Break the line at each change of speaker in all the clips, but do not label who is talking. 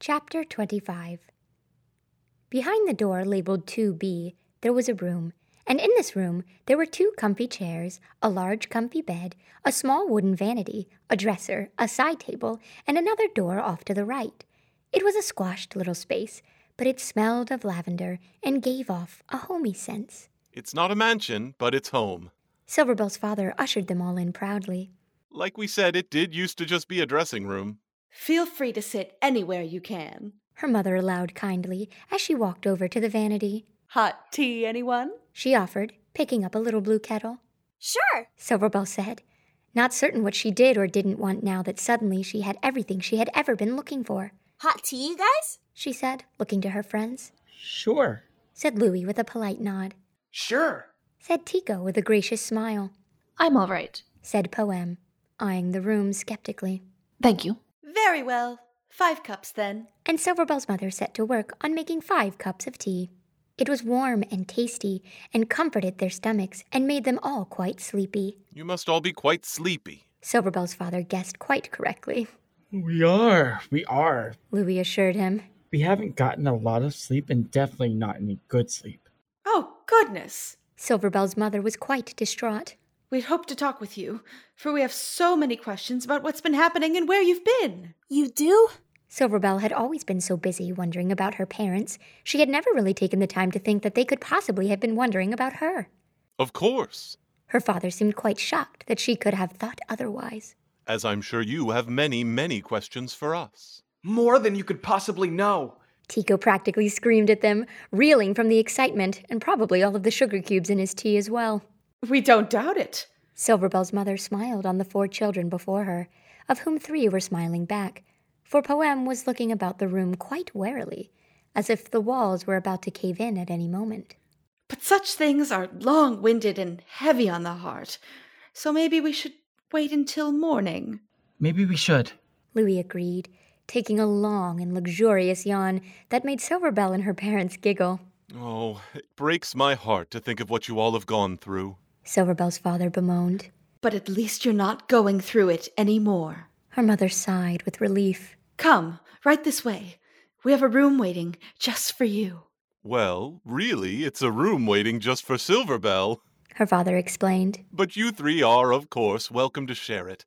Chapter 25 Behind the door labeled 2B, there was a room, and in this room there were two comfy chairs, a large comfy bed, a small wooden vanity, a dresser, a side table, and another door off to the right. It was a squashed little space, but it smelled of lavender and gave off a homey sense.
It's not a mansion, but it's home.
Silverbell's father ushered them all in proudly.
Like we said, it did used to just be a dressing room.
Feel free to sit anywhere you can.
Her mother allowed kindly as she walked over to the vanity.
Hot tea, anyone?
She offered, picking up a little blue kettle.
Sure.
Silverbell said, not certain what she did or didn't want now that suddenly she had everything she had ever been looking for.
Hot tea, you guys?
She said, looking to her friends.
Sure.
Said Louis with a polite nod.
Sure.
Said Tico with a gracious smile.
I'm all right.
Said Poem, eyeing the room skeptically.
Thank you.
Very well. Five cups then.
And Silverbell's mother set to work on making five cups of tea. It was warm and tasty, and comforted their stomachs, and made them all quite sleepy.
You must all be quite sleepy.
Silverbell's father guessed quite correctly,
We are. We are.
Louis assured him.
We haven't gotten a lot of sleep and definitely not any good sleep.
Oh, goodness.
Silverbell's mother was quite distraught.
We'd hoped to talk with you, for we have so many questions about what's been happening and where you've been.
You do?
Silverbell had always been so busy wondering about her parents, she had never really taken the time to think that they could possibly have been wondering about her.
Of course,
Her father seemed quite shocked that she could have thought otherwise.
as I'm sure you have many, many questions for us.
More than you could possibly know.
Tico practically screamed at them, reeling from the excitement and probably all of the sugar cubes in his tea as well.
We don't doubt it.
Silverbell's mother smiled on the four children before her, of whom three were smiling back, for Poem was looking about the room quite warily, as if the walls were about to cave in at any moment.
But such things are long winded and heavy on the heart, so maybe we should wait until morning.
Maybe we should.
Louis agreed, taking a long and luxurious yawn that made Silverbell and her parents giggle.
Oh, it breaks my heart to think of what you all have gone through.
Silverbell's father bemoaned.
But at least you're not going through it any more.
Her mother sighed with relief.
Come, right this way. We have a room waiting just for you.
Well, really, it's a room waiting just for Silverbell.
Her father explained.
But you three are, of course, welcome to share it.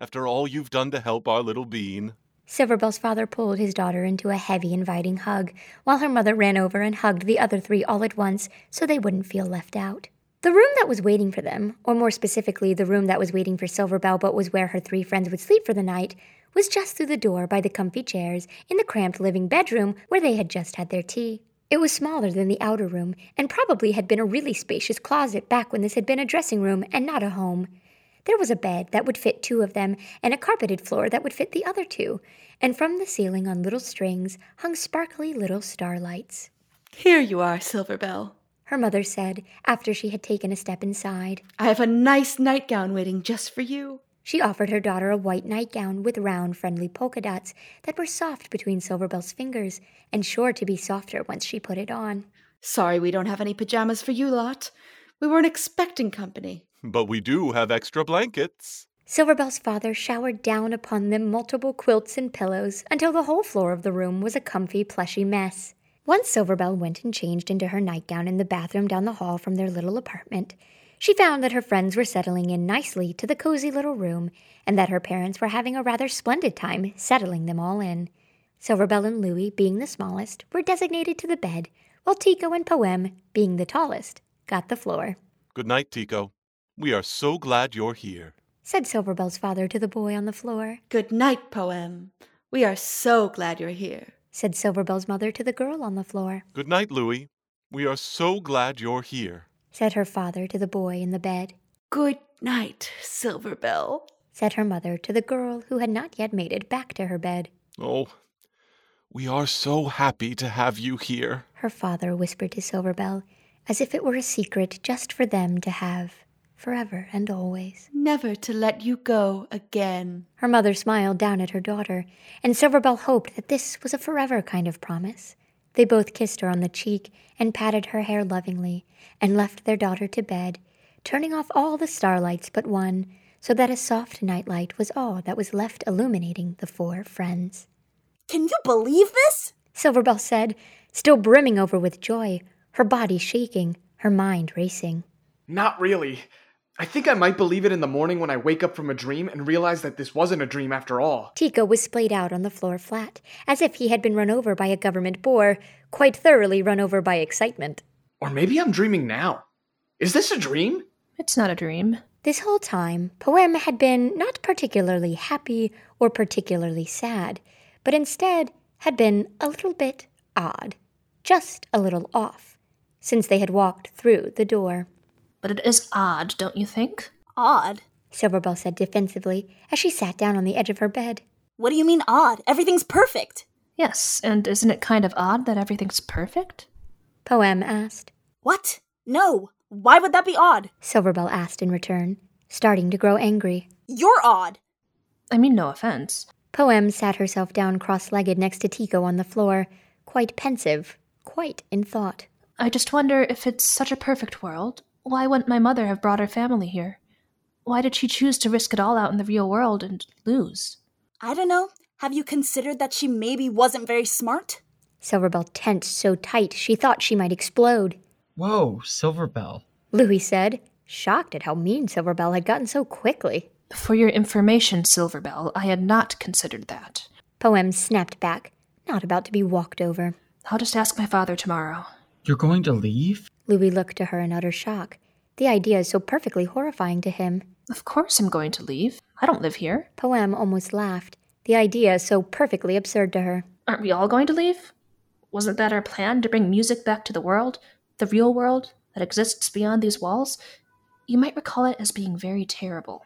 After all you've done to help our little bean.
Silverbell's father pulled his daughter into a heavy, inviting hug, while her mother ran over and hugged the other three all at once so they wouldn't feel left out. The room that was waiting for them, or more specifically, the room that was waiting for Silverbell but was where her three friends would sleep for the night, was just through the door by the comfy chairs in the cramped living bedroom where they had just had their tea. It was smaller than the outer room, and probably had been a really spacious closet back when this had been a dressing room and not a home. There was a bed that would fit two of them, and a carpeted floor that would fit the other two, and from the ceiling on little strings hung sparkly little starlights.
Here you are, Silverbell.
Her mother said, after she had taken a step inside.
I have a nice nightgown waiting just for you.
She offered her daughter a white nightgown with round, friendly polka dots that were soft between Silverbell's fingers, and sure to be softer once she put it on.
Sorry we don't have any pajamas for you lot. We weren't expecting company.
But we do have extra blankets.
Silverbell's father showered down upon them multiple quilts and pillows until the whole floor of the room was a comfy, plushy mess. Once Silverbell went and changed into her nightgown in the bathroom down the hall from their little apartment, she found that her friends were settling in nicely to the cozy little room and that her parents were having a rather splendid time settling them all in. Silverbell and Louie, being the smallest, were designated to the bed, while Tico and Poem, being the tallest, got the floor.
Good night, Tico. We are so glad you're here.
Said Silverbell's father to the boy on the floor.
Good night, Poem. We are so glad you're here.
said Silverbell's mother to the girl on the floor,
Good night, Louie. We are so glad you're here.
said her father to the boy in the bed,
Good night, Silverbell.
said her mother to the girl who had not yet made it back to her bed.
Oh, we are so happy to have you here.
Her father whispered to Silverbell as if it were a secret just for them to have, forever and always.
Never to let you go again.
Her mother smiled down at her daughter, and Silverbell hoped that this was a forever kind of promise. They both kissed her on the cheek and patted her hair lovingly, and left their daughter to bed, turning off all the starlights but one, so that a soft nightlight was all that was left illuminating the four friends.
Can you believe this?
Silverbell said, still brimming over with joy, her body shaking, her mind racing.
Not really. I think I might believe it in the morning when I wake up from a dream and realize that this wasn't a dream after all.
Tico was splayed out on the floor flat, as if he had been run over by a government boar, quite thoroughly run over by excitement.
Or maybe I'm dreaming now. Is this a dream?
It's not a dream.
This whole time, Poem had been not particularly happy or particularly sad, but instead had been a little bit odd, just a little off, since they had walked through the door.
But it is odd, don't you think?
Odd.
Silverbell said defensively as she sat down on the edge of her bed.
What do you mean odd? Everything's perfect.
Yes, and isn't it kind of odd that everything's perfect?
Poem asked.
What? No. Why would that be odd?
Silverbell asked in return, starting to grow angry.
You're odd.
I mean, no offense.
Poem sat herself down cross legged next to Tico on the floor, quite pensive, quite in thought.
I just wonder if it's such a perfect world, why wouldn't my mother have brought her family here? Why did she choose to risk it all out in the real world and lose?
I don't know. Have you considered that she maybe wasn't very smart?
Silverbell tensed so tight she thought she might explode.
Whoa, Silverbell.
Louis said, shocked at how mean Silverbell had gotten so quickly.
For your information, Silverbell, I had not considered that.
Poem snapped back, not about to be walked over.
I'll just ask my father tomorrow.
You're going to leave?
Louis looked to her in utter shock. The idea is so perfectly horrifying to him.
Of course I'm going to leave. I don't live here.
Poem almost laughed. The idea is so perfectly absurd to her.
Aren't we all going to leave? Wasn't that our plan to bring music back to the world, the real world that exists beyond these walls? You might recall it as being very terrible.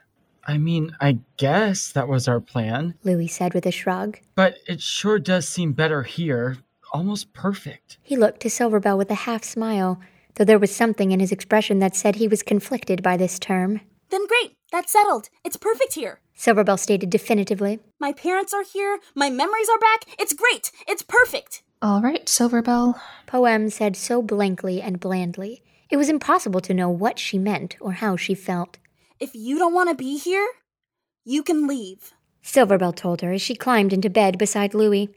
I mean, I guess that was our plan,
Louis said with a shrug.
but it sure does seem better here. Almost perfect.
He looked to Silverbell with a half smile, though there was something in his expression that said he was conflicted by this term.
Then great. That's settled. It's perfect here.
Silverbell stated definitively.
My parents are here. My memories are back. It's great. It's perfect.
All right, Silverbell.
Poem said so blankly and blandly, it was impossible to know what she meant or how she felt.
If you don't want to be here, you can leave.
Silverbell told her as she climbed into bed beside Louis.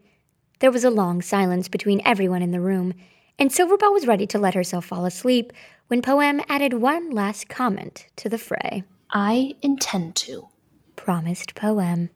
There was a long silence between everyone in the room, and Silverbell was ready to let herself fall asleep when Poem added one last comment to the fray.
I intend to.
Promised Poem.